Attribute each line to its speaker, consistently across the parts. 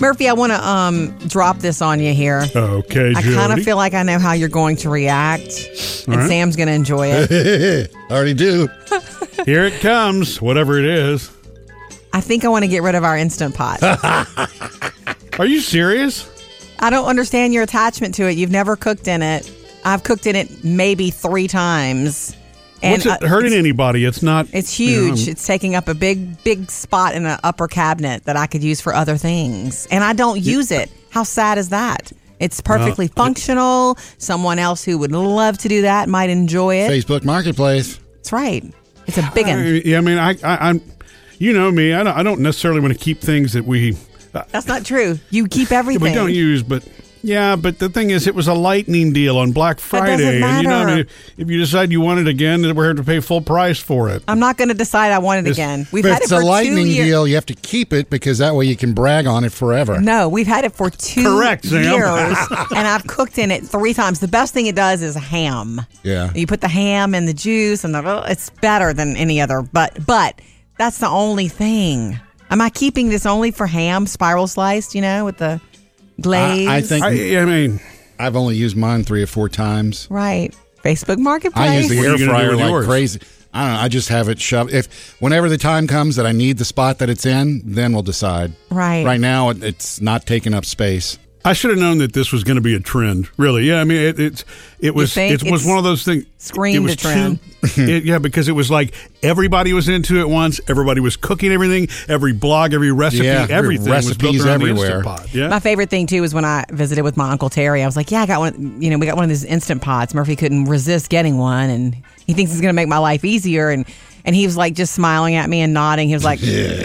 Speaker 1: Murphy, I want to um, drop this on you here.
Speaker 2: Okay,
Speaker 1: I
Speaker 2: Jody.
Speaker 1: kind of feel like I know how you're going to react, and Sam's going to enjoy it.
Speaker 3: I already do.
Speaker 2: Here it comes, whatever it is.
Speaker 1: I think I want to get rid of our Instant Pot.
Speaker 2: Are you serious?
Speaker 1: I don't understand your attachment to it. You've never cooked in it. I've cooked in it maybe three times.
Speaker 2: What's it
Speaker 1: uh,
Speaker 2: hurting
Speaker 1: it's-
Speaker 2: anybody? It's not.
Speaker 1: It's
Speaker 2: you know,
Speaker 1: huge. it's taking up a big, big spot in an upper cabinet that I could use for other things. And I don't use it. How sad is that? It's perfectly functional. Someone else who would love to do that might enjoy it.
Speaker 3: Facebook Marketplace.
Speaker 1: That's right. It's a big one.
Speaker 2: I, yeah, I mean, I, I, I'm. You know me. I don't, I don't necessarily want to keep things that we uh,
Speaker 1: That's not true. You keep everything.
Speaker 2: we don't use, but. Yeah, but the thing is, it was a lightning deal on Black
Speaker 1: doesn't
Speaker 2: Friday, and you know,
Speaker 1: matter.
Speaker 2: what I mean? if you decide you want it again, then we're here to pay full price for it.
Speaker 1: I'm not going to decide I want it
Speaker 2: It's-
Speaker 1: again. We've
Speaker 3: If
Speaker 1: had it
Speaker 3: it's
Speaker 1: for
Speaker 3: a lightning
Speaker 1: two years.
Speaker 3: deal, you have to keep it because that way you can brag on it forever.
Speaker 1: No, we've had it for two
Speaker 2: Correct, Sam.
Speaker 1: years, and I've cooked in it three times. The best thing it does is ham.
Speaker 3: Yeah.
Speaker 1: you put the ham and the juice, and the, oh, it's better than any other. But but that's the only thing. Am I keeping this only for ham, spiral sliced? You know, with the glaze.
Speaker 3: I think
Speaker 2: I, I mean,
Speaker 3: I've only used mine three or four times.
Speaker 1: right. Facebook Marketplace.
Speaker 3: I use the
Speaker 2: What are
Speaker 3: air
Speaker 2: you gonna do
Speaker 3: fryer
Speaker 2: with
Speaker 3: like
Speaker 2: yours?
Speaker 3: crazy. I don't know. I just have it shoved. If whenever the time comes that I need the spot that it's in, then we'll decide.
Speaker 1: Right.
Speaker 3: Right now, it- it's not taking up space.
Speaker 2: I should have known that this was going to be a trend. Really, yeah. I mean, it, it's it was
Speaker 1: think
Speaker 2: it was
Speaker 1: it's
Speaker 2: one of those things.
Speaker 1: screamed
Speaker 2: it was
Speaker 1: a trend.
Speaker 2: too- it- yeah, because it was like everybody was into it once. Everybody was cooking everything. Every blog, every recipe,
Speaker 3: Yeah,
Speaker 2: everything was built
Speaker 3: recipes
Speaker 2: around the
Speaker 3: everywhere.
Speaker 2: Instant Pot. Yeah,
Speaker 1: My favorite thing too was when I visited with my uncle Terry. I was like, "Yeah, I got one. You know, we got one of these instant pots. Murphy couldn't resist getting one, and he thinks it's going to make my life easier." And and he was like, just smiling at me and nodding. He was like,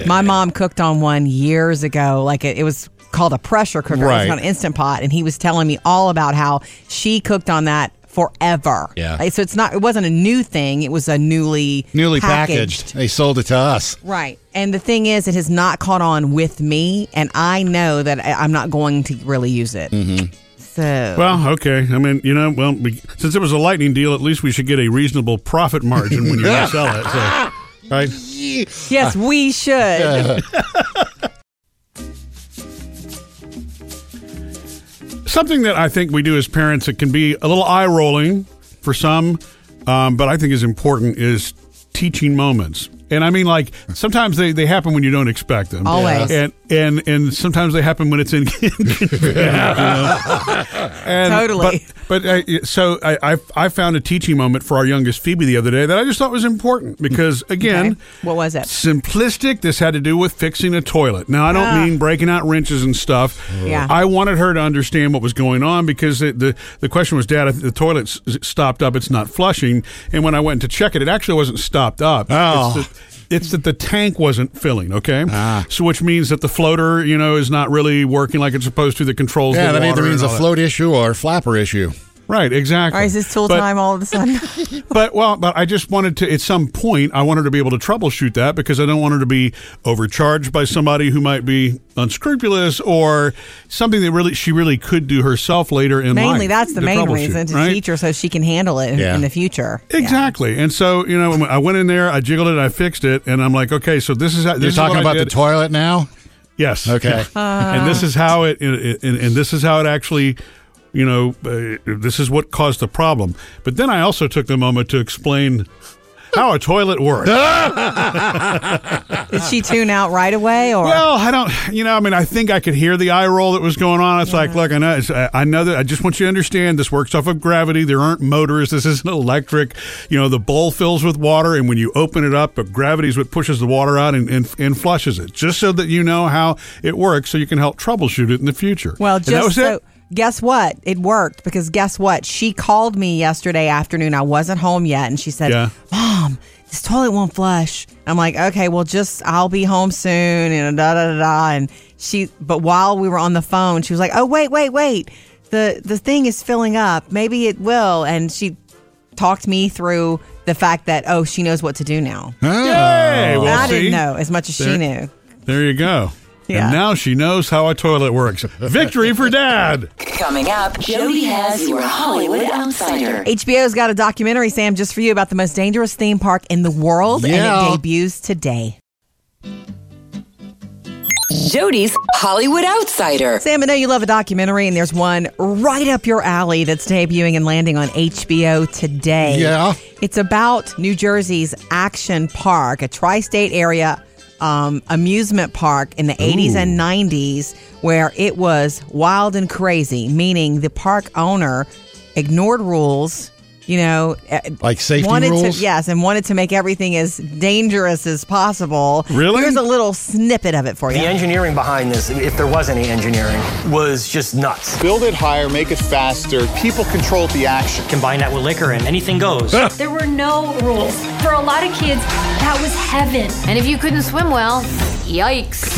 Speaker 1: "My mom cooked on one years ago. Like it, it was called a pressure cooker. It was
Speaker 3: Right.
Speaker 1: on an instant pot." And he was telling me all about how she cooked on that forever.
Speaker 3: Yeah.
Speaker 1: Like, so it's not. It wasn't a new thing. It was a newly
Speaker 3: Newly packaged. They sold it to us.
Speaker 1: Right. And the thing is, it has not caught on with me, and I know that I- I'm not going to really use it. So,
Speaker 2: Mm-hmm. Well, okay. I mean, you know, well, we, since it was a lightning deal, at least we should get a reasonable profit margin when you sell it. So, right?
Speaker 1: yes,
Speaker 2: uh,
Speaker 1: we should.
Speaker 2: Something that I think we do as parents that can be a little eye rolling for some, um, but I think is important is teaching moments. And I mean, like sometimes they, they happen when you don't expect them.
Speaker 1: Always.
Speaker 2: And and and sometimes they happen when it's in. And-
Speaker 1: Totally.
Speaker 2: But, but uh, so I, I I found a teaching moment for our youngest Phoebe the other day that I just thought was important because again,
Speaker 1: Okay. What was it?
Speaker 2: Simplistic. This had to do with fixing a toilet. Now I don't
Speaker 1: Ah.
Speaker 2: mean breaking out wrenches and stuff.
Speaker 1: Yeah.
Speaker 2: I wanted her to understand what was going on because it, the the question was, Dad, if the toilet's stopped up, it's not flushing. And when I went to check it, it actually wasn't stopped up.
Speaker 3: Oh. Ah.
Speaker 2: It's the- it's that the tank wasn't filling, okay? So, which means that the floater, you know, is not really working like it's supposed to. That controls
Speaker 3: Yeah,
Speaker 2: the
Speaker 3: that either
Speaker 2: water
Speaker 3: means
Speaker 2: and
Speaker 3: a
Speaker 2: all that.
Speaker 3: float issue or a flapper issue.
Speaker 2: Right, exactly.
Speaker 1: Or is this tool
Speaker 2: But-
Speaker 1: time all of a sudden?
Speaker 2: But well, but I just wanted to at some point I want her to be able to troubleshoot that because I don't want her to be overcharged by somebody who might be unscrupulous or something that really she really could do herself later in life.
Speaker 1: Mainly, that's the
Speaker 2: to
Speaker 1: main
Speaker 2: troubleshoot,
Speaker 1: reason to
Speaker 2: right?
Speaker 1: teach her so she can handle it in-
Speaker 3: Yeah.
Speaker 1: in the future. Yeah.
Speaker 2: Exactly, and so you know, I went in there, I jiggled it, I fixed it, and I'm like, okay, so this is how, this
Speaker 3: You're
Speaker 2: is what
Speaker 3: talking
Speaker 2: I
Speaker 3: about the
Speaker 2: did.
Speaker 3: toilet now?
Speaker 2: Yes.
Speaker 3: Okay.
Speaker 1: Uh,
Speaker 2: and this is how it, and, and, and this is how it actually, you know, uh, this is what caused the problem. But then I also took the moment to explain how a toilet works.
Speaker 1: Did she tune out right away, or
Speaker 2: Well, I don't. You know, I mean, I think I could hear the eye roll that was going on. It's like, look, I know, it's, I I know that. I just want you to understand this works off of gravity. There aren't motors. This isn't electric. You know, the bowl fills with water, and when you open it up, but gravity is what pushes the water out and, and, and flushes it. Just so that you know how it works, so you can help troubleshoot it in the future.
Speaker 1: Well,
Speaker 2: And
Speaker 1: just
Speaker 2: that was
Speaker 1: so.
Speaker 2: it.
Speaker 1: Guess what? It worked because guess what? She called me yesterday afternoon. I wasn't home yet, and she said,
Speaker 2: Yeah.
Speaker 1: "Mom, this toilet won't flush." I'm like, "Okay, well, just I'll be home soon," and da da da da. And she, but while we were on the phone, she was like, "Oh, wait, wait, wait. The the thing is filling up. Maybe it will." And she talked me through the fact that oh, she knows what to do now.
Speaker 2: Yay! Well,
Speaker 1: And I
Speaker 2: see?
Speaker 1: didn't know as much as she
Speaker 2: There-
Speaker 1: knew.
Speaker 2: There you go.
Speaker 1: Yeah.
Speaker 2: And now she knows how a toilet works. Victory for Dad.
Speaker 4: Coming up, Jody has your Hollywood Outsider.
Speaker 1: HBO's got a documentary, Sam, just for you about the most dangerous theme park in the world, and
Speaker 3: Yeah.
Speaker 1: it debuts today.
Speaker 5: Jody's Hollywood Outsider.
Speaker 1: Sam, I know you love a documentary, and there's one right up your alley that's debuting and landing on HBO today.
Speaker 3: Yeah.
Speaker 1: It's about New Jersey's Action Park, a tri state area um, amusement park in the 80s and 90s, where it was wild and crazy, meaning the park owner ignored rules. You know, eh,
Speaker 3: Like safety
Speaker 1: wanted
Speaker 3: rules?
Speaker 1: To, yes, and wanted to make everything as dangerous as possible.
Speaker 2: Really?
Speaker 1: Here's a little snippet of it for you.
Speaker 6: The engineering behind this, if there was any engineering, was just nuts.
Speaker 7: Build it higher, make it faster. People control the action.
Speaker 6: Combine that with liquor and anything goes.
Speaker 8: There were no rules. For a lot of kids, that was heaven.
Speaker 9: And if you couldn't swim well, yikes.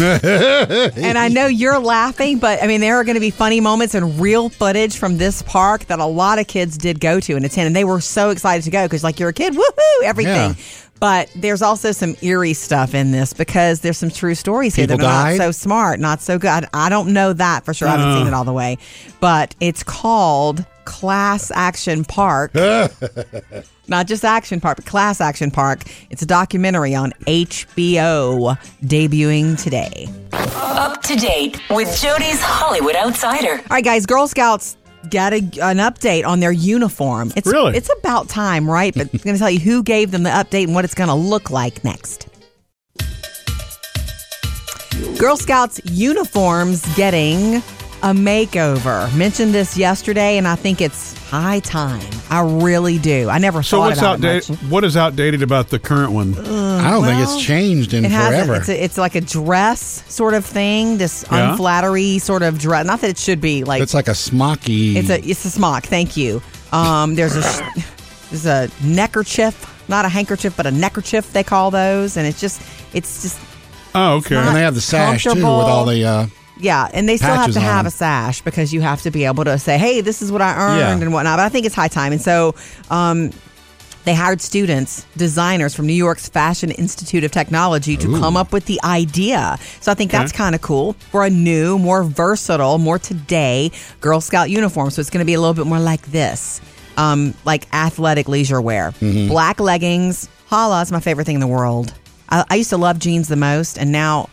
Speaker 1: And I know you're laughing, but I mean, there are going to be funny moments and real footage from this park that a lot of kids did go to and attend. And they were so excited to go because, like, you're a kid, woohoo, everything.
Speaker 3: Yeah.
Speaker 1: But there's also some eerie stuff in this because there's some true stories here that
Speaker 3: People
Speaker 1: are
Speaker 3: died?
Speaker 1: not
Speaker 3: Uh.
Speaker 1: so smart, not so good. I don't know that for sure. I haven't seen it all the way. But it's called Class Action Park. not just Action Park, but Class Action Park. It's a documentary on HBO debuting today.
Speaker 4: Up to date with Jody's Hollywood Outsider.
Speaker 1: All right, guys, Girl Scouts got a, an update on their uniform. It's,
Speaker 2: Really?
Speaker 1: It's about time, right? But it's going to tell you who gave them the update and what it's going to look like next. Girl Scouts uniforms getting a makeover. Mentioned this yesterday, and I think it's high time. I really do. I never
Speaker 2: So
Speaker 1: thought
Speaker 2: what's
Speaker 1: about it
Speaker 2: outdated?
Speaker 1: much.
Speaker 2: What is outdated about the current one?
Speaker 3: I don't think it's changed in
Speaker 1: It has
Speaker 3: forever.
Speaker 1: A, it's, a, it's like a dress sort of thing, this
Speaker 2: Yeah.
Speaker 1: unflattery sort of dress. Not that it should be like
Speaker 3: it's like a smocky.
Speaker 1: It's a it's a smock. Thank you. Um, there's a sh- there's a neckerchief, not a handkerchief, but a neckerchief they call those, and it's just it's just
Speaker 2: oh, okay.
Speaker 1: not-
Speaker 3: and they have the sash too with
Speaker 1: comfortable.
Speaker 3: all the. Uh,
Speaker 1: yeah, and they still have
Speaker 3: Patches
Speaker 1: to
Speaker 3: on
Speaker 1: have
Speaker 3: them.
Speaker 1: a sash because you have to be able to say, hey, this is what I earned
Speaker 3: Yeah.
Speaker 1: and whatnot. But I think it's high time, and so. Um, they hired students, designers from New York's Fashion Institute of Technology to come up with the idea. So I think that's kind of cool for a new, more versatile, more today Girl Scout uniform. So it's going to be a little bit more like this, um, like athletic leisure wear,
Speaker 3: Mm-hmm.
Speaker 1: black leggings. Holla is my favorite thing in the world. I, I used to love jeans the most, and now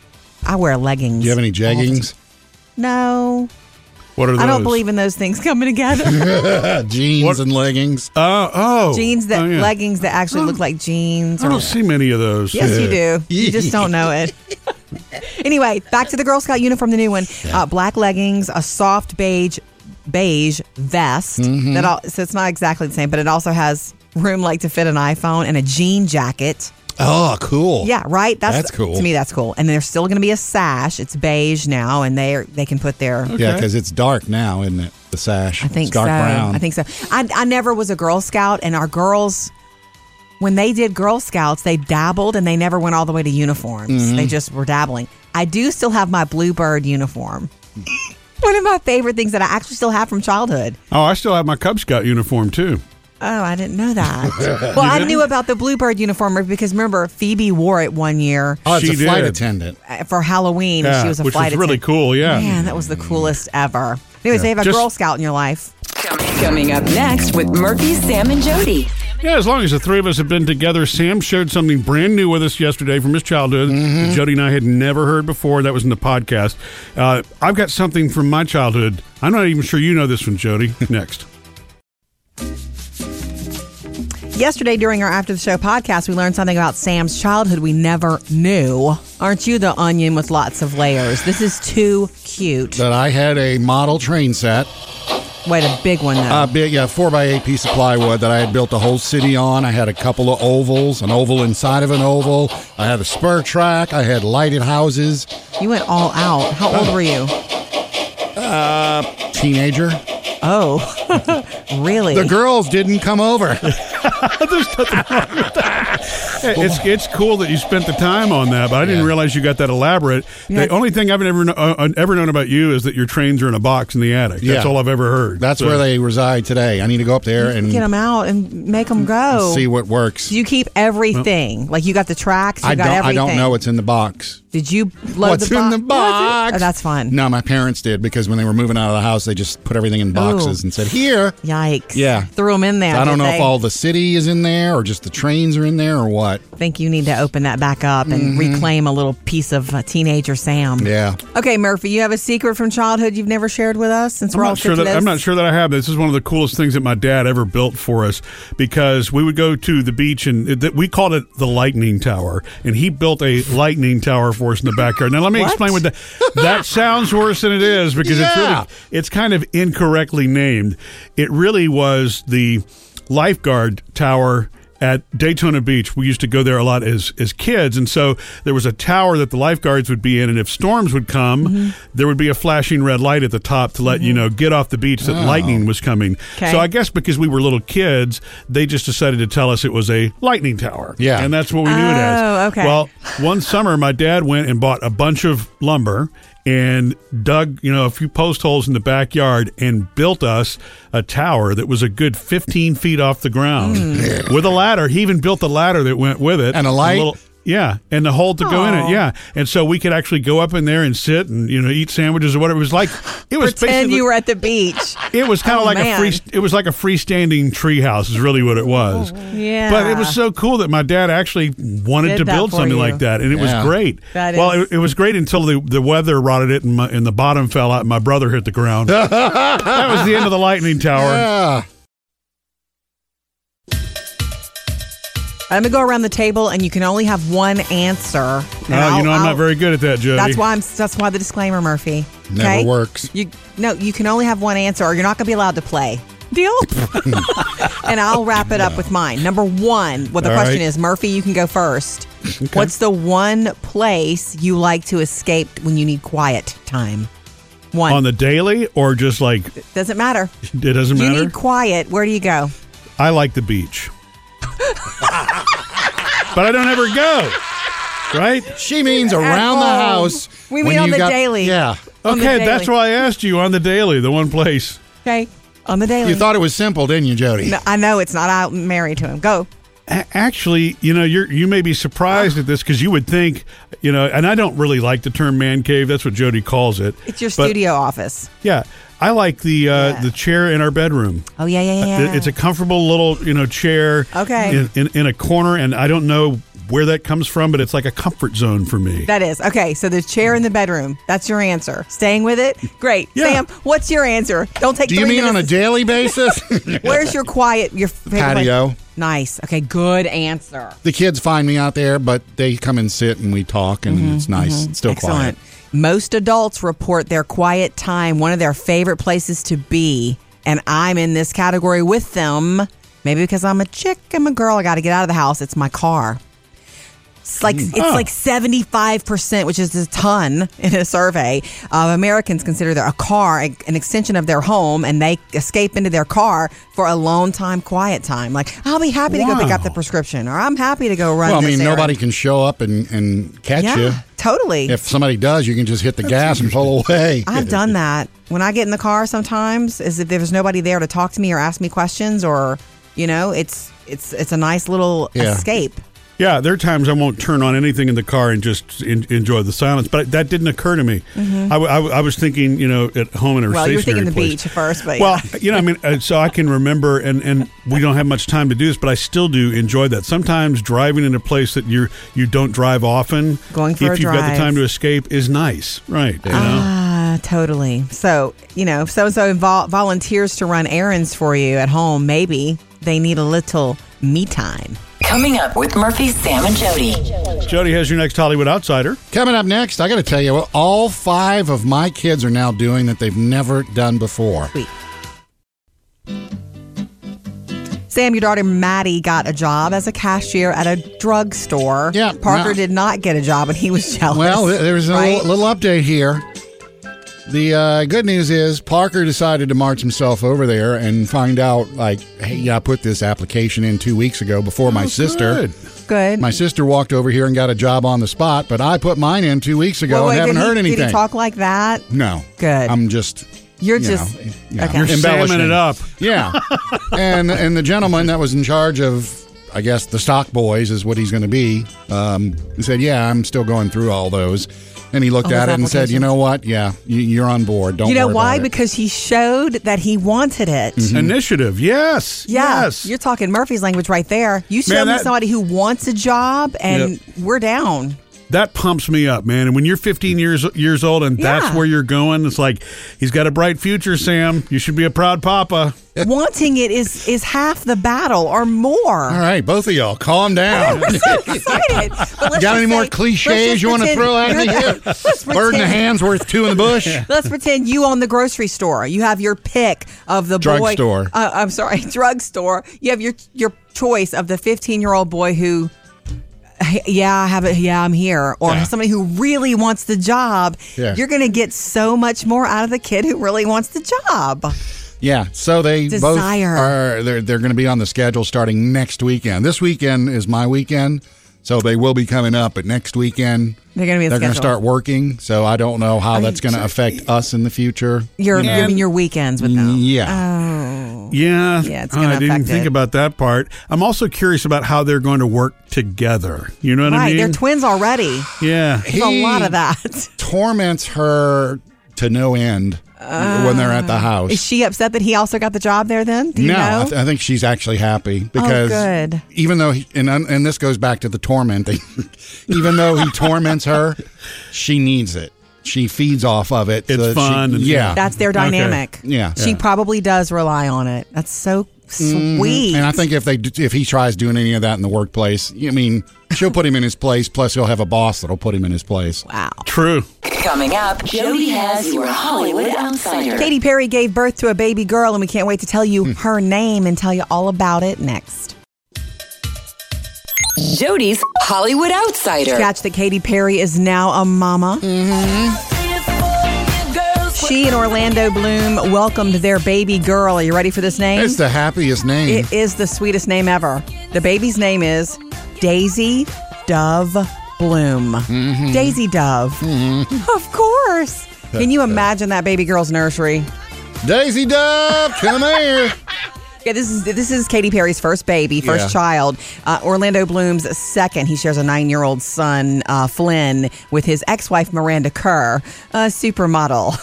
Speaker 1: I wear leggings.
Speaker 3: do you have any jeggings?
Speaker 1: No,
Speaker 2: what are those?
Speaker 1: I don't believe in those things coming together.
Speaker 3: Uh, jeans
Speaker 2: What-
Speaker 3: and leggings.
Speaker 2: Oh, oh,
Speaker 1: jeans that
Speaker 2: oh, yeah.
Speaker 1: leggings that actually look like jeans.
Speaker 2: I
Speaker 1: Or,
Speaker 2: don't see many of those.
Speaker 1: yes, you do. You just don't know it. anyway, back to the Girl Scout uniform, the new one. Uh, black leggings, a soft beige beige vest
Speaker 3: Mm-hmm.
Speaker 1: that all, so it's not exactly the same, but it also has room like to fit an iPhone and a jean jacket.
Speaker 3: Oh, cool.
Speaker 1: Yeah, right.
Speaker 3: That's cool.
Speaker 1: To me, that's cool. And there's still going to be a sash. It's beige now, and they are, they can put their
Speaker 3: Yeah, because it's dark now, isn't it? The sash.
Speaker 1: I think
Speaker 3: it's dark
Speaker 1: so.
Speaker 3: brown.
Speaker 1: I think so. I, I never was a Girl Scout, and our girls, when they did Girl Scouts, they dabbled and they never went all the way to uniforms.
Speaker 2: Mm-hmm.
Speaker 1: They just were dabbling. I do still have my Bluebird uniform. One of my favorite things that I actually still have from childhood.
Speaker 2: Oh, I still have my Cub Scout uniform too.
Speaker 1: Oh, I didn't know that. well, I knew about the Bluebird uniform because remember, Phoebe wore it one year
Speaker 3: Oh, it's
Speaker 2: She
Speaker 3: a flight
Speaker 2: did.
Speaker 3: attendant.
Speaker 1: uh, for Halloween. and
Speaker 2: Yeah,
Speaker 1: she was a
Speaker 2: which
Speaker 1: flight
Speaker 2: was really
Speaker 1: attendant.
Speaker 2: cool. Yeah. Mm.
Speaker 1: Man, that was the coolest ever. Anyways, they have a
Speaker 2: Just-
Speaker 1: Girl Scout in your life.
Speaker 4: Coming up next with Murphy, Sam, and Jody.
Speaker 2: Yeah, as long as the three of us have been together, Sam shared something brand new with us yesterday from his childhood that Jody and I had never heard before. That was in the podcast. Uh, I've got something from my childhood. I'm not even sure you know this one, Jody. Next.
Speaker 1: Yesterday, during our After the Show podcast, we learned something about Sam's childhood we never knew. Aren't you the onion with lots of layers? This is too cute.
Speaker 3: That I had a model train set,
Speaker 1: Wait, a big one, though.
Speaker 3: a big yeah, four by eight piece of plywood that I had built a whole city on. I had a couple of ovals, an oval inside of an oval. I had a spur track. I had lighted houses.
Speaker 1: you went all out. How old were you?
Speaker 3: Teenager.
Speaker 1: Oh, really?
Speaker 3: The girls didn't come over.
Speaker 2: Hey, it's it's cool that you spent the time on that, but I didn't
Speaker 3: Yeah.
Speaker 2: realize you got that elaborate.
Speaker 1: Yeah.
Speaker 2: The only thing I've never kno- uh, ever known about you is that your trains are in a box in the attic. That's
Speaker 3: Yeah.
Speaker 2: all I've ever heard.
Speaker 3: That's
Speaker 2: So-
Speaker 3: where they reside today. I need to go up there and
Speaker 1: Get them out and make them go.
Speaker 3: see what works.
Speaker 1: Do you keep everything? Like, you got the tracks, you
Speaker 3: I
Speaker 1: got
Speaker 3: don't. I
Speaker 1: everything.
Speaker 3: don't know what's in the box.
Speaker 1: Did you load
Speaker 3: What's
Speaker 1: the
Speaker 3: in
Speaker 1: box?
Speaker 3: the box?
Speaker 1: Oh, that's fun.
Speaker 3: No, my parents did because when they were moving out of the house, they just put everything in
Speaker 1: Ooh.
Speaker 3: boxes and said, "Here."
Speaker 1: Yikes.
Speaker 3: Yeah.
Speaker 1: Threw them in there.
Speaker 3: I don't
Speaker 1: did
Speaker 3: know
Speaker 1: they?
Speaker 3: if all the city is in there or just the trains are in there or what.
Speaker 1: think you need to open that back up and reclaim a little piece of uh, teenager Sam.
Speaker 3: Mm-hmm. Yeah.
Speaker 1: Okay, Murphy, you have a secret from childhood you've never shared with us since
Speaker 2: I'm
Speaker 1: we're all
Speaker 2: not sure that
Speaker 1: cichlets?
Speaker 2: I'm not sure that I have. This is one of the coolest things that my dad ever built for us because we would go to the beach and it, that- we called it the lightning tower, and he built a lightning tower for us in the backyard. Now let me
Speaker 1: What?
Speaker 2: explain what that that sounds worse than it is because it's
Speaker 3: Yeah.
Speaker 2: really it's kind of incorrectly named. It really was the lifeguard tower at Daytona Beach. We used to go there a lot as as kids, and so there was a tower that the lifeguards would be in, and if storms would come,
Speaker 1: Mm-hmm.
Speaker 2: there would be a flashing red light at the top to let you know get off the beach
Speaker 1: Oh.
Speaker 2: that lightning was coming.
Speaker 1: 'Kay.
Speaker 2: So I guess because we were little kids, they just decided to tell us it was a lightning tower.
Speaker 3: Yeah.
Speaker 2: and that's what we knew it as.
Speaker 1: Oh, okay.
Speaker 2: Well, Uh, one summer my dad went and bought a bunch of lumber and dug you know a few post holes in the backyard and built us a tower that was a good 15 feet off the ground
Speaker 1: Hmm.
Speaker 2: with a ladder he even built the ladder that went with it
Speaker 3: And a light?
Speaker 2: yeah and the hole to go in it yeah and so we could actually go up in there and sit and you know eat sandwiches or whatever it was like it was
Speaker 1: Pretend
Speaker 2: basically
Speaker 1: you were at the beach.
Speaker 2: it was kind of
Speaker 1: Oh,
Speaker 2: like
Speaker 1: man.
Speaker 2: a free. It was like a freestanding treehouse. Is really what it was.
Speaker 1: Yeah.
Speaker 2: But it was so cool that my dad actually wanted
Speaker 1: Did
Speaker 2: to
Speaker 1: that
Speaker 2: build
Speaker 1: for
Speaker 2: something
Speaker 1: you.
Speaker 2: like that, and it
Speaker 3: Yeah.
Speaker 2: was great.
Speaker 1: That
Speaker 2: well,
Speaker 1: is-
Speaker 2: it, it was great until the, the weather rotted it, and, my, and the bottom fell out, and my brother hit the ground. that was the end of the lightning tower.
Speaker 3: Yeah.
Speaker 1: I'm going to go around the table and you can only have one answer. Oh, you
Speaker 2: Oh, you know I'm not very good at that, Jody.
Speaker 1: That's why I'm that's why the disclaimer, Murphy.
Speaker 3: Never
Speaker 1: okay?
Speaker 3: works.
Speaker 1: You no, you can only have one answer or you're not going to be allowed to play. Deal? and I'll wrap it up with mine. Number 1, what the
Speaker 2: All
Speaker 1: question
Speaker 2: right.
Speaker 1: is, Murphy, you can go first. What's the one place you like to escape when you need quiet time? One.
Speaker 2: On the daily, or just like
Speaker 1: Doesn't matter.
Speaker 2: it doesn't
Speaker 1: You
Speaker 2: matter.
Speaker 1: need quiet. Where do you go?
Speaker 2: I like the beach, but I don't ever go. Right?
Speaker 3: She means around the
Speaker 1: home.
Speaker 3: house.
Speaker 1: We
Speaker 3: when
Speaker 1: mean on
Speaker 3: you
Speaker 1: the daily.
Speaker 3: Yeah.
Speaker 1: On the
Speaker 2: Okay,
Speaker 1: daily.
Speaker 2: that's why I asked you on the daily, the one place.
Speaker 1: Okay. On the daily.
Speaker 3: You thought it was simple, didn't you, Jody?
Speaker 1: No, I know it's not. I'm married to him. Go.
Speaker 2: A- Actually, you know, you're you may be surprised at this because you would think, you know, and I don't really like the term man cave. That's what Jody calls it.
Speaker 1: It's your
Speaker 2: But,
Speaker 1: studio office.
Speaker 2: Yeah, I like the uh,
Speaker 1: Yeah.
Speaker 2: the chair in our bedroom.
Speaker 1: Oh yeah, yeah,
Speaker 2: Uh,
Speaker 1: yeah.
Speaker 2: it- It's a comfortable little you know chair.
Speaker 1: Okay.
Speaker 2: In, in in a corner, and I don't know where that comes from, but it's like a comfort zone for me.
Speaker 1: that is okay. So the chair in the bedroom. That's your answer. Staying with it. Great,
Speaker 2: Yeah.
Speaker 1: Sam. What's your answer? Don't take.
Speaker 3: Do you
Speaker 1: three
Speaker 3: mean on a
Speaker 1: minutes.
Speaker 3: daily basis?
Speaker 1: Where's your quiet? Your favorite place?
Speaker 3: Patio.
Speaker 1: Nice. Okay. Good answer.
Speaker 3: the kids find me out there, but they come and sit and we talk, and it's nice. It's still
Speaker 1: Mm-hmm, Excellent.
Speaker 3: quiet.
Speaker 1: Most adults report their quiet time one of their favorite places to be, and I'm in this category with them. Maybe because I'm a chick, I'm a girl, I got to get out of the house. It's my car. It's like
Speaker 3: Hmm.
Speaker 1: it's
Speaker 2: Oh.
Speaker 1: like 75%, which is a ton in a survey of Americans consider their a car a- an extension of their home and they escape into their car for a long time quiet time. Like, I'll be happy to go pick up the
Speaker 2: Wow.
Speaker 1: prescription or I'm happy to go run
Speaker 3: Well, I
Speaker 1: this
Speaker 3: mean,
Speaker 1: errand.
Speaker 3: nobody can show up and, and catch
Speaker 1: Yeah,
Speaker 3: you.
Speaker 1: totally.
Speaker 3: If somebody does, you can just hit the gas and pull away.
Speaker 1: I've done that. When I get in the car sometimes is if there's nobody there to talk to me or ask me questions or you know, it's it's it's a nice little
Speaker 3: Yeah.
Speaker 1: escape.
Speaker 2: Yeah, there are times I won't turn on anything in the car and just en enjoy the silence, but that didn't occur to me. I, w- I w- I was thinking, you know, at home in a
Speaker 1: Mm-hmm. Well, you were thinking
Speaker 2: stationary
Speaker 1: the
Speaker 2: place.
Speaker 1: beach at first, but
Speaker 2: well, you know, I mean, uh, so I can remember, and and we don't have much time to do this, but I still do enjoy that. Sometimes driving in a place that you you don't drive often,
Speaker 1: Going for
Speaker 2: if
Speaker 1: a
Speaker 2: you've got the
Speaker 1: drive.
Speaker 2: time to escape, is nice, right? You know?
Speaker 1: Ah, totally. So, you know, if so and so invol volunteers to run errands for you at home, maybe they need a little me time.
Speaker 4: Coming up with Murphy, Sam, and Jody.
Speaker 2: Jody has your next Hollywood outsider.
Speaker 3: Coming up next, I got to tell you what all five of my kids are now doing that they've never done before.
Speaker 1: Sweet. Sam, your daughter Maddie got a job as a cashier at a drugstore.
Speaker 3: Yeah,
Speaker 1: Parker
Speaker 3: no.
Speaker 1: did not get a job and he was jealous.
Speaker 3: Well, th- there's a
Speaker 1: Oh, right?
Speaker 3: little, little update here. The uh, good news is Parker decided to march himself over there and find out, like, hey, yeah, I put this application in two weeks ago before my sister.
Speaker 2: Good.
Speaker 1: Oh, Good.
Speaker 3: My sister walked over here and got a job on the spot, but I put mine in two weeks ago
Speaker 1: Well,
Speaker 3: and
Speaker 1: wait,
Speaker 3: haven't
Speaker 1: did he-
Speaker 3: heard anything.
Speaker 1: Did he talk like that?
Speaker 3: No.
Speaker 1: Good.
Speaker 3: I'm just.
Speaker 1: You're
Speaker 3: you
Speaker 1: just-
Speaker 3: know, yeah,
Speaker 1: okay. You're
Speaker 2: samming
Speaker 3: embellishing
Speaker 2: it up.
Speaker 3: Yeah. and and the gentleman that was in charge of I guess the stock boys is what he's going to be. Um, he said, "Yeah, I'm still going through all those." And he looked
Speaker 1: All
Speaker 3: at
Speaker 1: those
Speaker 3: it and said, "You
Speaker 1: applications.
Speaker 3: know what? Yeah, you, you're on board. Don't
Speaker 1: you know
Speaker 3: worry
Speaker 1: why?
Speaker 3: about it." Mm-hmm.
Speaker 1: Because he showed that he wanted it.
Speaker 2: Initiative. Yes.
Speaker 1: Yeah,
Speaker 2: Yes.
Speaker 1: you're talking Murphy's language right there. You show
Speaker 2: Man,
Speaker 1: me
Speaker 2: that-
Speaker 1: somebody who wants a job, and we're down.
Speaker 2: that pumps me up, man. And when you're 15 years years old and that's
Speaker 1: Yeah.
Speaker 2: where you're going, it's like he's got a bright future, Sam. You should be a proud papa.
Speaker 1: Wanting it is is half the battle or
Speaker 3: all
Speaker 1: more.
Speaker 3: right, both of y'all, calm down.
Speaker 1: We're so excited. But let's
Speaker 3: Got any
Speaker 1: just say-
Speaker 3: more
Speaker 1: let's
Speaker 3: cliches
Speaker 1: just
Speaker 3: you want to
Speaker 1: pretend-
Speaker 3: throw at me? here?
Speaker 1: Let's
Speaker 3: Bird in the
Speaker 1: pretend-
Speaker 3: hand's worth two in the bush.
Speaker 1: Let's pretend you own the grocery store. You have your pick of the boy.
Speaker 3: Drugstore.
Speaker 1: Uh, I'm sorry, drugstore. You have your your choice of the 15 year old boy who, yeah, I have it. Yeah, I'm here, or
Speaker 3: Yeah.
Speaker 1: somebody who really wants the job.
Speaker 3: Yeah.
Speaker 1: You're going to get so much more out of the kid who really wants the job.
Speaker 3: Yeah, so they
Speaker 1: Desire.
Speaker 3: both are they're they're going to be on the schedule starting next weekend. This weekend is my weekend, so they will be coming up. But next weekend
Speaker 1: They're gonna be on
Speaker 3: they're going to
Speaker 1: schedule.
Speaker 3: start working. So I don't know how that's going to affect us in the future.
Speaker 1: Your
Speaker 3: You know? Mm,
Speaker 1: I mean, your Uh. weekends with them.
Speaker 3: yeah,
Speaker 2: Yeah.
Speaker 1: Yeah, it's
Speaker 2: Oh,
Speaker 1: gonna
Speaker 2: I didn't
Speaker 1: affect
Speaker 2: think
Speaker 1: it.
Speaker 2: about that part. I'm also curious about how they're going to work together. You know what
Speaker 1: right,
Speaker 2: I mean?
Speaker 1: they're twins already.
Speaker 2: yeah.
Speaker 1: There's a lot of that.
Speaker 3: torments her to no end when they're at the house.
Speaker 1: Uh. Is she upset that he also got the job there? Then do you
Speaker 3: no,
Speaker 1: know? Oh,
Speaker 3: I, th- I think she's actually happy because
Speaker 1: good.
Speaker 3: even though he, and and this goes back to the tormenting, even though he torments her, she needs it. She feeds off of it.
Speaker 2: It's
Speaker 3: that she-
Speaker 2: fun and-
Speaker 3: yeah,
Speaker 1: That's their
Speaker 2: Okay.
Speaker 1: dynamic.
Speaker 3: Yeah.
Speaker 1: She probably does rely on it. That's so sweet.
Speaker 3: Mm-hmm. and I think if they do, if he tries doing any of that in the workplace, I mean, she'll put him in his place. Plus, he'll have a boss that'll put him in his place.
Speaker 1: wow.
Speaker 2: True.
Speaker 5: Coming up,
Speaker 4: Jody has your Hollywood outsider.
Speaker 1: Katy Perry gave birth to a baby girl, and we can't wait to tell
Speaker 3: Hmm.
Speaker 1: you her name and tell you all about it next.
Speaker 5: Jody's Hollywood Outsider.
Speaker 1: Catch that Katy Perry is now a mama.
Speaker 3: Mm.
Speaker 1: She and Orlando Bloom welcomed their baby girl. Are you ready for this name?
Speaker 3: It's the happiest name.
Speaker 1: It is the sweetest name ever. The baby's name is Daisy Dove Bloom.
Speaker 3: Mm-hmm.
Speaker 1: Daisy Dove. Of course. Can you imagine that baby girl's nursery?
Speaker 3: Daisy Dove, come here.
Speaker 1: Yeah, this is this is Katy Perry's first baby, first
Speaker 3: Yeah.
Speaker 1: child. Uh, Orlando Bloom's second. He shares a nine-year-old son, uh, Flynn, with his ex-wife Miranda Kerr, a supermodel.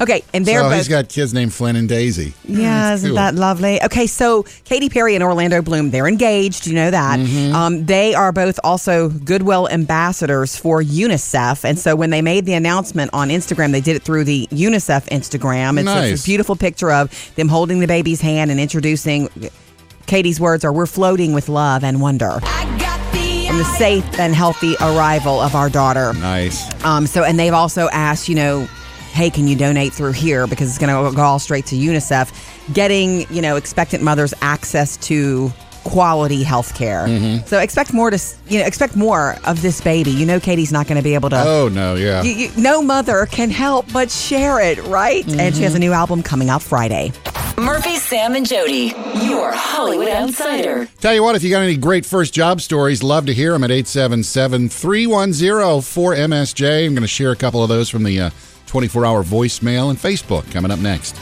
Speaker 1: okay, and they're
Speaker 3: So
Speaker 1: both.
Speaker 3: Oh, he's got kids named Flynn and Daisy.
Speaker 1: Yeah, isn't
Speaker 3: Mm, cool.
Speaker 1: that lovely? Okay, so Katy Perry and Orlando Bloom, they're engaged. You know that.
Speaker 3: Mm-hmm.
Speaker 1: Um, they are both also Goodwill ambassadors for UNICEF. And so when they made the announcement on Instagram, they did it through the UNICEF Instagram. And so
Speaker 3: Nice.
Speaker 1: it's a beautiful picture of them holding the baby's hand and introducing. Katie's words are We're floating with love and wonder. And the safe and healthy arrival of our daughter.
Speaker 3: Nice.
Speaker 1: Um, so, and they've also asked, you know, hey, can you donate through here? Because it's going to go all straight to UNICEF. Getting, you know, expectant mothers access to quality health care. So expect more to, s- you know, expect more of this baby. You know, Katie's not going to be able to.
Speaker 3: Oh no, yeah.
Speaker 1: You, you, no mother can help but share it, right? And she has a new album coming out Friday.
Speaker 5: Murphy, Sam, and Jody.
Speaker 4: Your Hollywood outsider.
Speaker 3: Tell you what, if you got any great first job stories, love to hear them at 877 310 4MSJ. I'm going to share a couple of those from the uh, 24 hour voicemail and Facebook coming up next.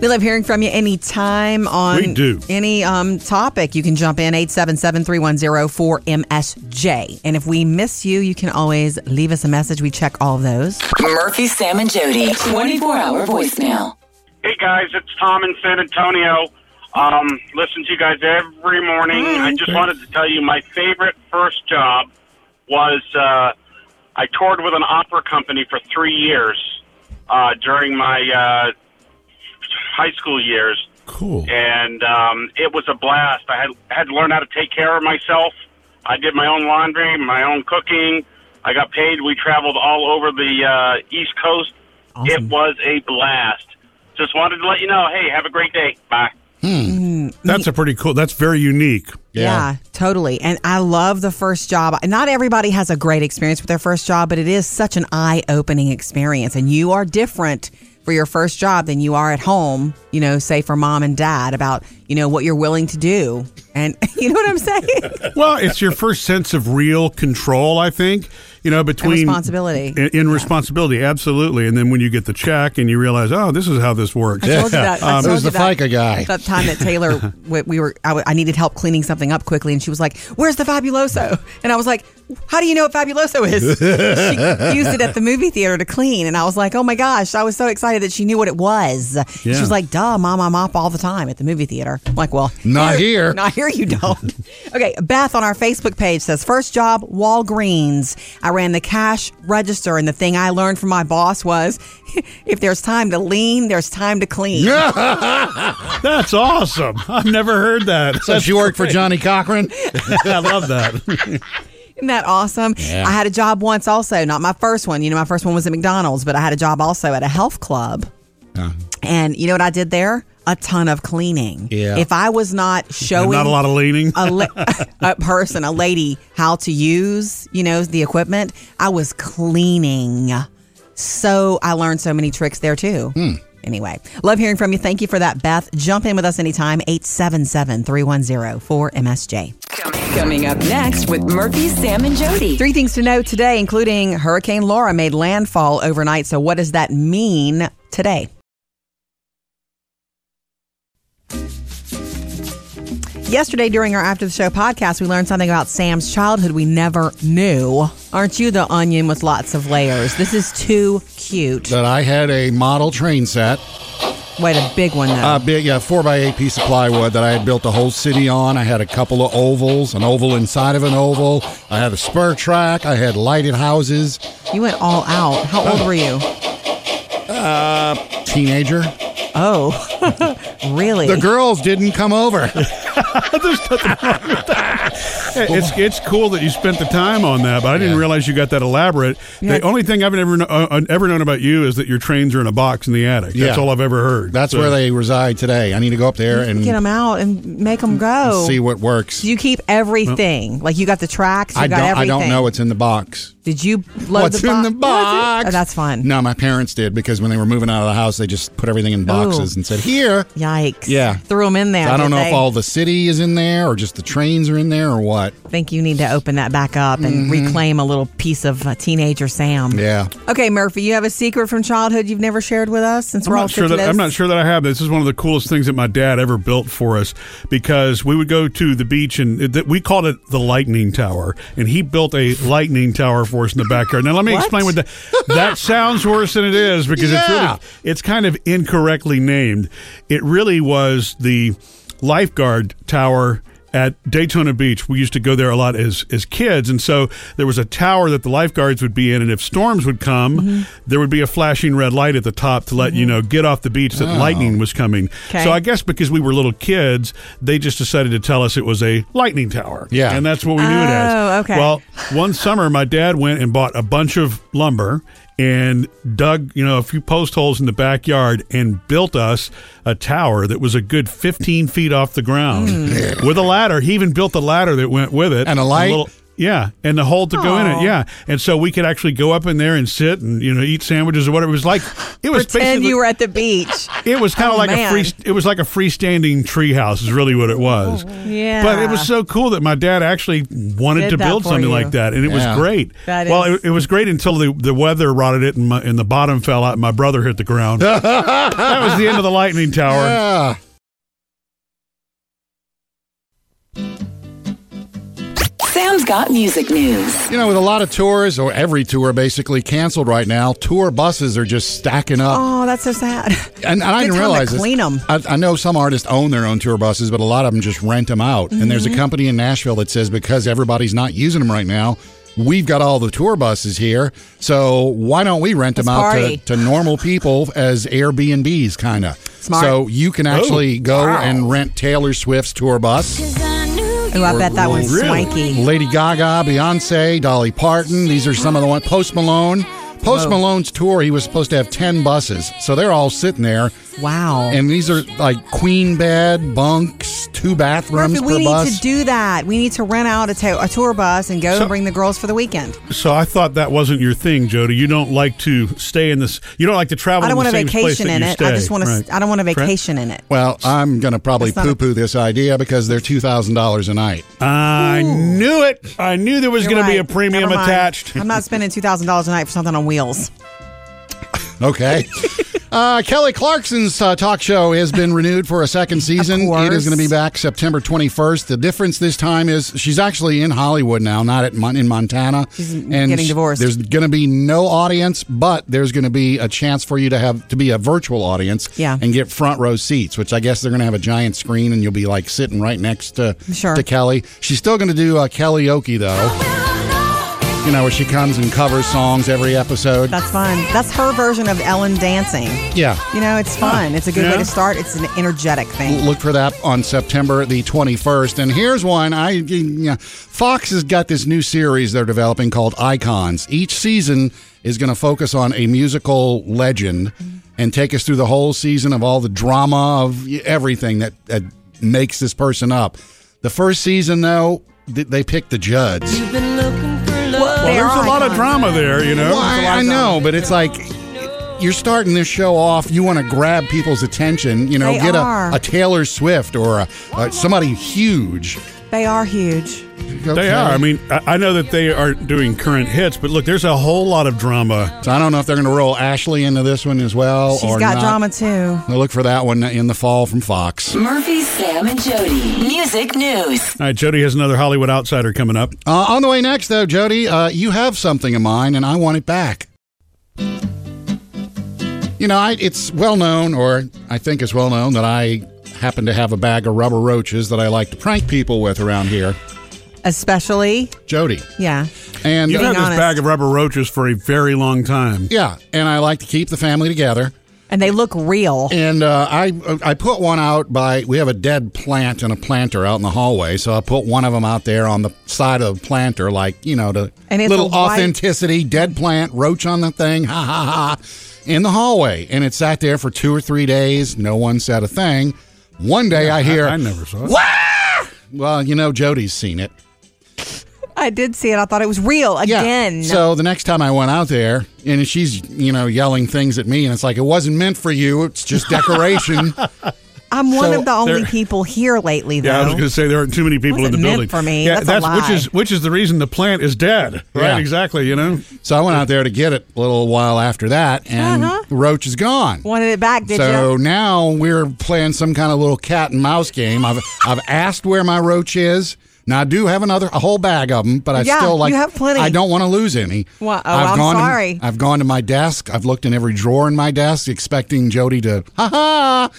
Speaker 1: We love hearing from you anytime on
Speaker 2: We do.
Speaker 1: any um, topic. You can jump in 877-310-4MSJ. And if we miss you, you can always leave us a message. We check all of those.
Speaker 5: Murphy, Sam, and Jody.
Speaker 4: 24 hour voicemail.
Speaker 10: Hey guys, it's Tom in San Antonio. Um, listen to you guys every morning. I just wanted to tell you my favorite first job was uh, I toured with an opera company for three years uh, during my uh, high school years,
Speaker 2: Cool.
Speaker 10: and um, it was a blast. I had had to learn how to take care of myself. I did my own laundry, my own cooking. I got paid. We traveled all over the uh, East Coast. It was a blast. Just wanted to let you know. Hey, have a great day. Bye.
Speaker 2: That's a pretty cool. That's very unique.
Speaker 1: Yeah. totally. And I love the first job. Not everybody has a great experience with their first job, but it is such an eye-opening experience. And you are different for your first job than you are at home, you know, say for mom and dad about, you know, what you're willing to do And you know what I'm saying?
Speaker 2: Well, it's your first sense of real control, I think. You know, between
Speaker 1: responsibility.
Speaker 2: in, in responsibility, absolutely. And then when you get the check and you realize, oh, this is how this works.
Speaker 1: I told you that. I
Speaker 3: Um,
Speaker 1: told
Speaker 3: it was
Speaker 1: you
Speaker 3: the
Speaker 1: that-
Speaker 3: FICA guy.
Speaker 1: That time that Taylor, we, we were, I, w- I needed help cleaning something up quickly, and she was like, "Where's the Fabuloso?" And I was like, "How do you know what Fabuloso is?" she used it at the movie theater to clean, and I was like, "Oh my gosh!" I was so excited that she knew what it was. She
Speaker 2: Yeah.
Speaker 1: was like, "Duh, mom, I mop all the time at the movie theater." I'm like, "Well,
Speaker 3: Not here.
Speaker 1: not here. You don't." okay, Beth on our Facebook page says, first job, Walgreens. I ran the cash register, and the thing I learned from my boss was, if there's time to lean, there's time to clean."
Speaker 2: That's awesome. I've never heard that.
Speaker 3: So she worked for Johnny Cochran.
Speaker 2: I love that.
Speaker 1: Isn't that awesome? I had a job once also, not my first one. You know, my first one was at McDonald's, but I had a job also at a health club. And you know what I did there? A ton of cleaning.
Speaker 3: Yeah.
Speaker 1: If I was not showing
Speaker 2: Not a lot of leaning.
Speaker 1: a, la- a person, a lady, how to use, you know, the equipment, I was cleaning. So I learned so many tricks there too. Anyway, love hearing from you. Thank you for that, Beth. Jump in with us anytime, 877 310 4MSJ.
Speaker 5: Coming up next with Murphy, Sam, and Jody.
Speaker 1: Three things to know today, including Hurricane Laura made landfall overnight. So, what does that mean today? Yesterday, during our After the Show podcast, we learned something about Sam's childhood we never knew. Aren't you the onion with lots of layers? This is too cute.
Speaker 3: that I had a model train set,
Speaker 1: Wait, a big one, though.
Speaker 3: a big yeah, four by eight piece of plywood that I had built the whole city on. I had a couple of ovals, an oval inside of an oval. I had a spur track. I had lighted houses.
Speaker 1: you went all out. How old were you?
Speaker 3: Teenager.
Speaker 1: Oh, really?
Speaker 3: uh, The girls didn't come over.
Speaker 2: Hey, It's it's cool that you spent the time on that, but I didn't
Speaker 3: Yeah.
Speaker 2: realize you got that elaborate.
Speaker 1: Yeah.
Speaker 2: The only thing I've never kno- uh, ever known about you is that your trains are in a box in the attic. That's
Speaker 3: Yeah.
Speaker 2: all I've ever heard.
Speaker 3: That's
Speaker 2: So-
Speaker 3: where they reside today. I need to go up there and
Speaker 1: Get them out and make them go.
Speaker 3: see what works.
Speaker 1: Do um, oh, you keep everything? Like you got the tracks, you
Speaker 3: I
Speaker 1: got
Speaker 3: don't. I
Speaker 1: everything.
Speaker 3: don't know what's in the box.
Speaker 1: Did you load
Speaker 3: what's
Speaker 1: the
Speaker 3: in
Speaker 1: box?
Speaker 3: the box?
Speaker 1: Oh, that's fun.
Speaker 3: No, my parents did because when they were moving out of the house, they just put everything in boxes
Speaker 1: Ooh.
Speaker 3: and said, "Here."
Speaker 1: Yikes.
Speaker 3: Yeah.
Speaker 1: Threw them in there.
Speaker 3: I don't
Speaker 1: did
Speaker 3: know
Speaker 1: they?
Speaker 3: if all the city is in there or just the trains are in there or what.
Speaker 1: think you need to open that back up and reclaim a little piece of uh, teenager Sam.
Speaker 3: Mm-hmm. Yeah.
Speaker 1: Okay, Murphy, you have a secret from childhood you've never shared with us since
Speaker 2: I'm
Speaker 1: we're all
Speaker 2: not sure that
Speaker 1: fifty
Speaker 2: I'm not
Speaker 1: this?
Speaker 2: sure that I have. This is one of the coolest things that my dad ever built for us because we would go to the beach and it, that- we called it the lightning tower, and he built a lightning tower for us in the backyard. Now let me
Speaker 1: What?
Speaker 2: explain what that that sounds worse than it is because it's
Speaker 3: Yeah.
Speaker 2: really it's kind of incorrectly named. It really was the lifeguard tower at Daytona Beach. We used to go there a lot as as kids, and so there was a tower that the lifeguards would be in, and if storms would come,
Speaker 1: Mm-hmm.
Speaker 2: there would be a flashing red light at the top to let you know get off the beach that lightning was coming.
Speaker 1: Oh. Okay.
Speaker 2: So I guess because we were little kids, they just decided to tell us it was a lightning tower.
Speaker 3: Yeah.
Speaker 2: and that's what we knew it as.
Speaker 1: Oh, okay.
Speaker 2: Well, one summer my dad went and bought a bunch of lumber and dug you know a few post holes in the backyard and built us a tower that was a good 15 feet off the ground
Speaker 1: Hmm.
Speaker 2: with a ladder he even built the ladder that went with it
Speaker 3: And a light?
Speaker 2: yeah and the hole to go in it yeah and so we could actually go up in there and sit and you know eat sandwiches or whatever it was like it was
Speaker 1: Pretend
Speaker 2: basically
Speaker 1: you were at the beach.
Speaker 2: it was kind of
Speaker 1: Oh,
Speaker 2: like
Speaker 1: man.
Speaker 2: a free. It was like a freestanding treehouse. Is really what it
Speaker 1: Oh.
Speaker 2: was.
Speaker 1: Yeah.
Speaker 2: But it was so cool that my dad actually wanted
Speaker 1: Did
Speaker 2: to
Speaker 1: that
Speaker 2: build
Speaker 1: for
Speaker 2: something
Speaker 1: you.
Speaker 2: like that, and it
Speaker 3: Yeah.
Speaker 2: was great.
Speaker 1: That
Speaker 2: well,
Speaker 1: is-
Speaker 2: it, it was great until the, the weather rotted it, and, my, and the bottom fell out, and my brother hit the ground. that was the end of the lightning tower.
Speaker 3: Yeah.
Speaker 5: Sam's got music news.
Speaker 3: You know, with a lot of tours, or every tour basically canceled right now, tour buses are just stacking up.
Speaker 1: Oh, that's so sad.
Speaker 3: and, and I
Speaker 1: Good time
Speaker 3: didn't
Speaker 1: to
Speaker 3: realize this.
Speaker 1: clean 'em.
Speaker 3: I, I know some artists own their own tour buses, but a lot of them just rent them out. And there's
Speaker 1: Mm-hmm.
Speaker 3: a company in Nashville that says because everybody's not using them right now, we've got all the tour buses here, so why don't we rent them
Speaker 1: Let's
Speaker 3: out
Speaker 1: party.
Speaker 3: to, to normal people as Airbnbs, kind of.
Speaker 1: Smart.
Speaker 3: So you can actually go and rent Taylor Swift's tour bus.
Speaker 1: Oh, I bet that one's
Speaker 2: Really?
Speaker 1: swanky.
Speaker 3: Lady Gaga, Beyonce, Dolly Parton. These are some of the ones. Post Malone. Post
Speaker 1: Whoa.
Speaker 3: Malone's tour, he was supposed to have 10 buses. So they're all sitting there
Speaker 1: Wow.
Speaker 3: And these are like queen bed bunks, two bathrooms
Speaker 1: Murphy, we
Speaker 3: per
Speaker 1: need
Speaker 3: bus.
Speaker 1: to do that. We need to rent out a, to- a tour bus and go
Speaker 2: So-
Speaker 1: and bring the girls for the weekend.
Speaker 2: So I thought that wasn't your thing, Jody. You don't like to stay in this. You don't like to travel.
Speaker 1: I don't
Speaker 2: in
Speaker 1: want
Speaker 2: the
Speaker 1: a
Speaker 2: same place
Speaker 1: vacation
Speaker 2: that
Speaker 1: in
Speaker 2: you
Speaker 1: it.
Speaker 2: Stay.
Speaker 1: I just want
Speaker 2: Right.
Speaker 1: to. I don't want a
Speaker 2: Trent?
Speaker 1: vacation in it.
Speaker 3: well, I'm going to probably
Speaker 1: That's not a-
Speaker 3: poo poo this idea because they're $2,000 a night.
Speaker 2: I knew it. I knew there was
Speaker 1: You're
Speaker 2: going to be a
Speaker 1: right.
Speaker 2: premium
Speaker 1: Never mind.
Speaker 2: attached.
Speaker 1: I'm not spending two thousand dollars a night for something on wheels.
Speaker 3: Okay. Uh, Kelly Clarkson's uh, talk show has been renewed for a second season.
Speaker 1: course.
Speaker 3: It is going to be back September 21st. The difference this time is she's actually in Hollywood now, not at Mon- in Montana. She's
Speaker 1: getting divorced.
Speaker 3: There's going to be no audience, but there's going to be a chance for you to have to be a virtual audience
Speaker 1: Yeah.
Speaker 3: and get front row seats, which I guess they're going to have a giant screen and you'll be like sitting right next to,
Speaker 1: Sure.
Speaker 3: to Kelly. She's still going to do uh, Kelly Oki, though, you know, where she comes and covers songs every episode.
Speaker 1: That's fun. That's her version of Ellen dancing.
Speaker 3: yeah.
Speaker 1: You know, it's fun. It's a good way
Speaker 2: Yeah.
Speaker 1: to start. It's an energetic thing.
Speaker 3: Look for that on September the 21st. And here's one. I yeah, Fox has got this new series they're developing called Icons. Each season is going to focus on a musical legend and take us through the whole season of all the drama of everything that, that makes this person up. The first season, though, th- they picked the Judds.
Speaker 1: Well,
Speaker 2: There's a lot of drama there, you know.
Speaker 3: Well, I, I know, but it's like you're starting this show off. You want to grab people's attention, you know,
Speaker 1: They
Speaker 3: get
Speaker 1: are.
Speaker 3: a, a Taylor Swift or a, a, somebody huge.
Speaker 1: They are huge.
Speaker 2: They are. I mean, I I know that they are doing current hits, but look, there's a whole lot of drama.
Speaker 3: so I don't know if they're going to roll Ashley into this one as well.
Speaker 1: She's
Speaker 3: or
Speaker 1: got
Speaker 3: not.
Speaker 1: drama too.
Speaker 3: Now look for that one in the fall from Fox.
Speaker 4: Murphy, Sam, and Jody. Music news.
Speaker 2: All right, Jody has another Hollywood outsider coming up.
Speaker 3: Uh, on the way next, though, Jody, uh, you have something of mine, and I want it back. You know, I, it's well known, or I think it's well known, that I happen to have a bag of rubber roaches that I like to prank people with around here.
Speaker 1: Especially,
Speaker 3: Jody.
Speaker 1: yeah.
Speaker 3: And uh,
Speaker 2: You've
Speaker 1: Being
Speaker 2: had this
Speaker 1: honest.
Speaker 2: bag of rubber roaches for a very long time.
Speaker 3: yeah, and I like to keep the family together.
Speaker 1: And they look real.
Speaker 3: And uh, I I put one out by we have a dead plant and a planter out in the hallway, so I put one of them out there on the side of the planter, like you know, to
Speaker 1: And it's
Speaker 3: little
Speaker 1: a white-
Speaker 3: authenticity. Dead plant, roach on the thing, ha ha ha, in the hallway, and it sat there for two or three days. No one said a thing. One day I hear,
Speaker 2: I, I never saw it.
Speaker 3: well, you know, Jody's seen it.
Speaker 1: I did see it. I thought it was real again.
Speaker 3: So the next time I went out there, and she's you know yelling things at me, and it's like it wasn't meant for you. It's just decoration.
Speaker 1: I'm one
Speaker 3: so
Speaker 1: of the only
Speaker 2: there-
Speaker 1: people here lately, though.
Speaker 2: Yeah, I was going to say there aren't too many people in
Speaker 1: Wasn't
Speaker 2: the
Speaker 1: meant
Speaker 2: building
Speaker 1: for me.
Speaker 2: Yeah,
Speaker 1: That's a
Speaker 2: which
Speaker 1: lie.
Speaker 2: is which is the reason the plant is dead. Right,
Speaker 3: Yeah.
Speaker 2: exactly. You know,
Speaker 3: So I went out there to get it a little while after that, and
Speaker 1: Uh-huh.
Speaker 3: the roach is gone.
Speaker 1: Wanted it back, did
Speaker 3: so
Speaker 1: you?
Speaker 3: now we're playing some kind of little cat and mouse game. I've I've asked where my roach is. Now I do have another a whole bag of them, but I
Speaker 1: Yeah,
Speaker 3: still like
Speaker 1: you have plenty.
Speaker 3: I don't want to lose any.
Speaker 1: Well, oh,
Speaker 3: I've
Speaker 1: I'm
Speaker 3: gone to-
Speaker 1: sorry.
Speaker 3: I've gone to my desk. I've looked in every drawer in my desk, expecting Jody to ha ha.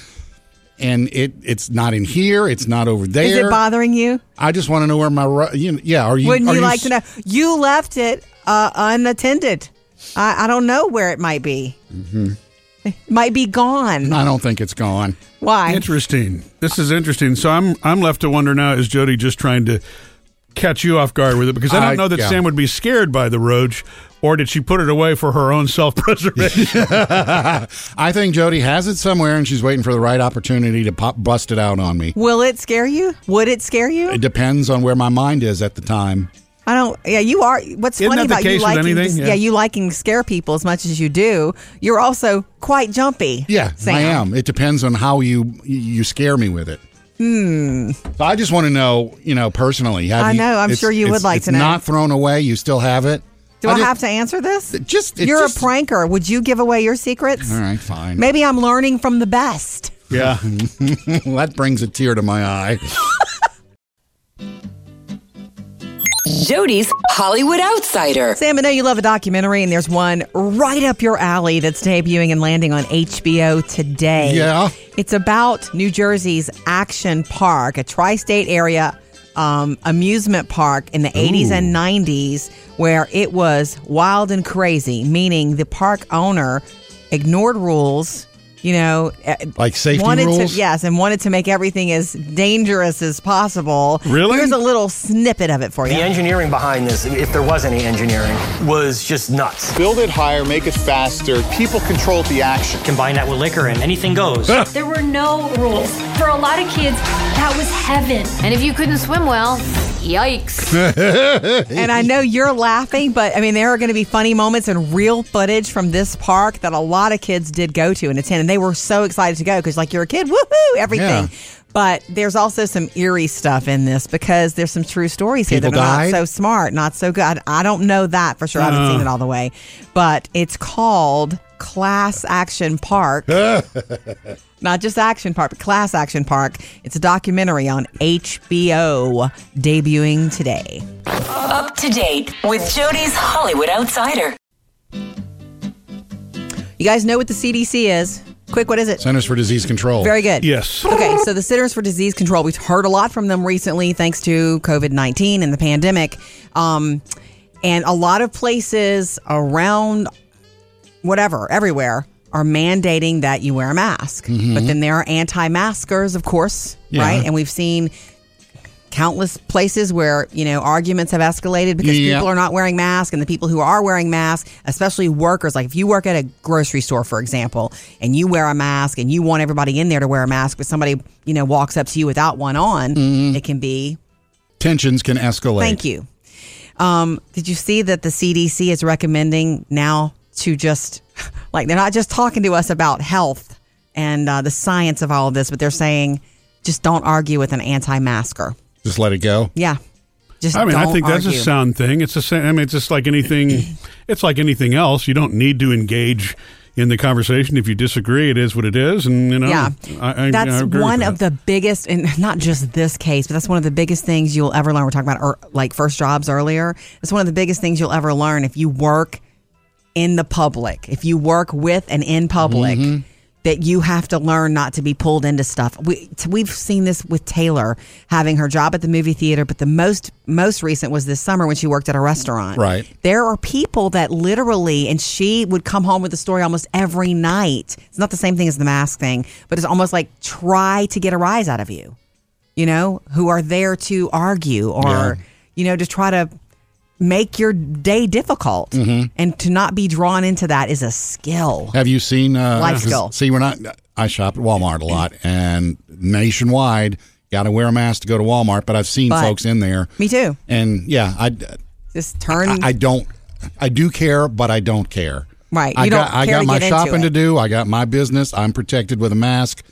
Speaker 3: And it it's not in here. It's not over there.
Speaker 1: Is it bothering you?
Speaker 3: I just want to know where my ro- you know, yeah. Are you?
Speaker 1: Wouldn't
Speaker 3: are
Speaker 1: you
Speaker 3: you
Speaker 1: like
Speaker 3: s-
Speaker 1: to know? You left it uh, unattended. I, I don't know where it might be.
Speaker 3: Mm-hmm.
Speaker 1: It might be gone.
Speaker 3: I don't think it's gone.
Speaker 1: Why?
Speaker 2: interesting. This is interesting. So I'm I'm left to wonder now: is Jody just trying to catch you off guard with it? Because I don't
Speaker 3: I-
Speaker 2: know that
Speaker 3: yeah.
Speaker 2: Sam would be scared by the roach, or did she put it away for her own self preservation?
Speaker 3: I think Jody has it somewhere, and she's waiting for the right opportunity to pop bust it out on me.
Speaker 1: Will it scare you? Would it scare you?
Speaker 3: It depends on where my mind is at the time.
Speaker 1: I don't. Yeah, you are. What's
Speaker 2: Isn't
Speaker 1: funny
Speaker 2: that the
Speaker 1: about you
Speaker 2: case with
Speaker 1: liking?
Speaker 2: anything?
Speaker 1: Yeah.
Speaker 2: Yeah.
Speaker 1: you liking scare people as much as you do. You're also quite jumpy.
Speaker 3: Yeah,
Speaker 1: Sam.
Speaker 3: I am. It depends on how you you scare me with it. Hmm. So I just want to know, you know, personally. Have
Speaker 1: I
Speaker 3: you-
Speaker 1: know, I'm
Speaker 3: it's-
Speaker 1: sure you would
Speaker 3: it's-
Speaker 1: like
Speaker 3: it's
Speaker 1: to know.
Speaker 3: Not thrown away. You still have it.
Speaker 1: Do I,
Speaker 3: just-
Speaker 1: have to answer this?
Speaker 3: It just- it
Speaker 1: you're
Speaker 3: just-
Speaker 1: a pranker. Would you give away your secrets?
Speaker 3: All right, fine.
Speaker 1: Maybe I'm learning from the best.
Speaker 2: yeah.
Speaker 3: Well, that brings a tear to my eye.
Speaker 5: Jody's Hollywood Outsider.
Speaker 1: Sam, I know you love a documentary, and there's one right up your alley that's debuting and landing on HBO today.
Speaker 3: Yeah.
Speaker 1: It's about New Jersey's Action Park, a tri state area um, amusement park in the 80s and 90s, where it was wild and crazy, meaning the park owner ignored rules. you know, eh,
Speaker 3: Like safety
Speaker 1: wanted
Speaker 3: rules?
Speaker 1: To, yes, and wanted to make everything as dangerous as possible.
Speaker 2: Really?
Speaker 1: Here's a little snippet of it for you.
Speaker 6: The engineering behind this, if there was any engineering, was just nuts.
Speaker 7: Build it higher, make it faster. People controlled the action.
Speaker 6: Combine that with liquor and anything goes.
Speaker 8: There were no rules. For a lot of kids, that was heaven.
Speaker 9: And if you couldn't swim well, yikes.
Speaker 1: and I know you're laughing, but I mean, there are going to be funny moments and real footage from this park that a lot of kids did go to and attend. And they were so excited to go because, like, you're a kid, woohoo, everything.
Speaker 3: Yeah.
Speaker 1: But there's also some eerie stuff in this because there's some true stories here that
Speaker 3: People
Speaker 1: are
Speaker 3: died?
Speaker 1: not
Speaker 3: Uh.
Speaker 1: so smart, not so good. I don't know that for sure. I haven't seen it all the way. But it's called Class Action Park. not just Action Park, but Class Action Park. It's a documentary on HBO debuting today.
Speaker 4: Up to date with Jody's Hollywood Outsider.
Speaker 1: You guys know what the CDC is. Quick, what is it?
Speaker 3: Centers for Disease Control.
Speaker 1: Very good.
Speaker 2: Yes.
Speaker 1: Okay, so the Centers for Disease Control, we've heard a lot from them recently thanks to COVID 19 and the pandemic. Um, and a lot of places around, whatever, everywhere, are mandating that you wear a mask. But then there are anti maskers, of course, right? And we've seen countless places where you know arguments have escalated because
Speaker 3: Yeah.
Speaker 1: people are not wearing masks and the people who are wearing masks especially workers like if you work at a grocery store for example and you wear a mask and you want everybody in there to wear a mask but somebody you know walks up to you without one on it can be
Speaker 3: Tensions can escalate.
Speaker 1: thank you um, did you see that the cdc is recommending now to just like they're not just talking to us about health and uh, the science of all of this but they're saying just don't argue with an anti-masker
Speaker 3: Just let it go.
Speaker 1: yeah. Just
Speaker 2: I mean, I
Speaker 1: don't
Speaker 2: think that's a
Speaker 1: argue.
Speaker 2: sound thing. It's the same. I mean, it's just like anything. It's like anything else. You don't need to engage in the conversation if you disagree. It is what it is, and you know.
Speaker 1: Yeah,
Speaker 2: I, I, I
Speaker 1: that's
Speaker 2: agree with
Speaker 1: one
Speaker 2: that.
Speaker 1: of the biggest, and not just this case, but that's one of the biggest things you'll ever learn. We're talking about er, like first jobs earlier. It's one of the biggest things you'll ever learn if you work in the public, if you work with and in public, that you have to learn not to be pulled into stuff. We t- we've seen this with Taylor having her job at the movie theater, but the most most recent was this summer when she worked at a restaurant.
Speaker 3: Right.
Speaker 1: There are people that literally, and she would come home with a story almost every night. It's not the same thing as the mask thing, but it's almost like try to get a rise out of you, you know, who are there to argue or, you know, to try to make your day difficult.
Speaker 2: Mm-hmm.
Speaker 1: And to not be drawn into that is a skill.
Speaker 3: Have you seen uh,
Speaker 1: Life
Speaker 3: 'cause,
Speaker 1: skill.
Speaker 3: See, we're not. I shop at Walmart a lot, and nationwide, got to wear a mask to go to Walmart. But I've seen
Speaker 1: But-
Speaker 3: folks in there,
Speaker 1: Me too. Mm.
Speaker 3: and yeah, I,
Speaker 1: Just turn.
Speaker 3: I, I don't. I do care, but I don't care.
Speaker 1: Right,
Speaker 3: I
Speaker 1: you
Speaker 3: got
Speaker 1: don't
Speaker 3: I
Speaker 1: care
Speaker 3: got
Speaker 1: to
Speaker 3: my
Speaker 1: get into
Speaker 3: shopping to
Speaker 1: it.
Speaker 3: do. I got my business. I'm protected with a mask.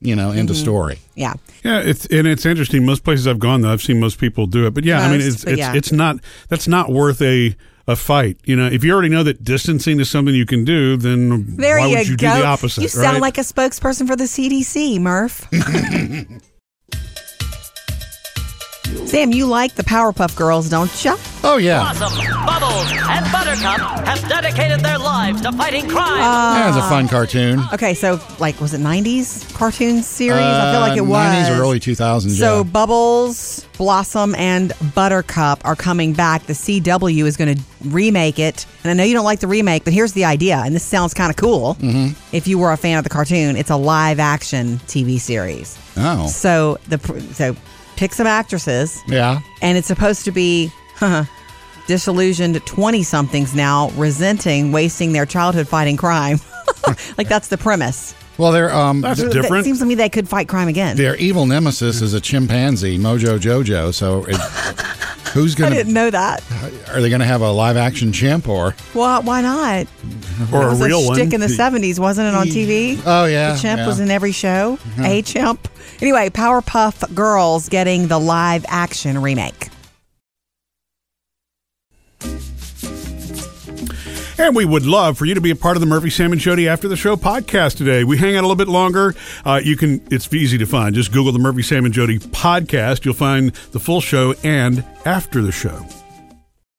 Speaker 3: You know, end of
Speaker 1: Mm-hmm.
Speaker 3: story.
Speaker 1: yeah.
Speaker 2: Yeah, it's and it's interesting. Most places I've gone, though, I've seen most people do it. But yeah, I mean,
Speaker 1: Most,
Speaker 2: it's
Speaker 1: but
Speaker 2: it's,
Speaker 1: yeah.
Speaker 2: it's not that's not worth a a fight. You know, if you already know that distancing is something you can do, then
Speaker 1: There
Speaker 2: why
Speaker 1: you
Speaker 2: would you
Speaker 1: go.
Speaker 2: do the opposite?
Speaker 1: you sound
Speaker 2: right?
Speaker 1: like a spokesperson for the CDC, Murph. Sam, you like the Powerpuff Girls, don't you?
Speaker 3: Oh yeah,
Speaker 6: Bubbles and Buttercup have dedicated their lives to fighting crime.
Speaker 5: Ah.
Speaker 1: Uh,
Speaker 3: that was a fun cartoon.
Speaker 1: Okay, so like, was it '90s cartoon series? I feel like it
Speaker 3: Uh,
Speaker 1: was
Speaker 3: 90s or early 2000s.
Speaker 1: So
Speaker 3: yeah.
Speaker 1: Bubbles, Blossom, and Buttercup are coming back. The CW is going to remake it, and I know you don't like the remake, but here's the idea, and this sounds kind of cool. Mm-hmm. If you were a fan of the cartoon, it's a live-action TV series.
Speaker 3: oh
Speaker 1: So the pr- so pick some actresses,
Speaker 3: yeah,
Speaker 1: and it's supposed to be disillusioned twenty somethings now resenting wasting their childhood fighting crime. like that's the premise.
Speaker 3: well they're um
Speaker 2: that's
Speaker 3: th-
Speaker 1: It
Speaker 2: different.
Speaker 1: seems to me they could fight crime again.
Speaker 3: their evil nemesis is a chimpanzee, Mojo Jojo. So it, who's
Speaker 1: I
Speaker 3: gonna
Speaker 1: didn't know that.
Speaker 3: are they gonna have a live action chimp or
Speaker 1: Why? Why not?
Speaker 2: or a
Speaker 1: was
Speaker 2: real
Speaker 1: a
Speaker 2: one.
Speaker 1: shtick in the seventies, wasn't it on TV?
Speaker 3: Oh, yeah, Uh-huh.
Speaker 1: the chimp
Speaker 3: yeah.
Speaker 1: was in every show. A chimp. Anyway, Powerpuff Girls getting the live action remake.
Speaker 2: And we would love for you to be a part of the Murphy Sam and Jody After the Show podcast today. We hang out a little bit longer. Uh, you can it's easy to find. Just Google the Murphy Sam and Jody podcast. You'll find the full show and after the show.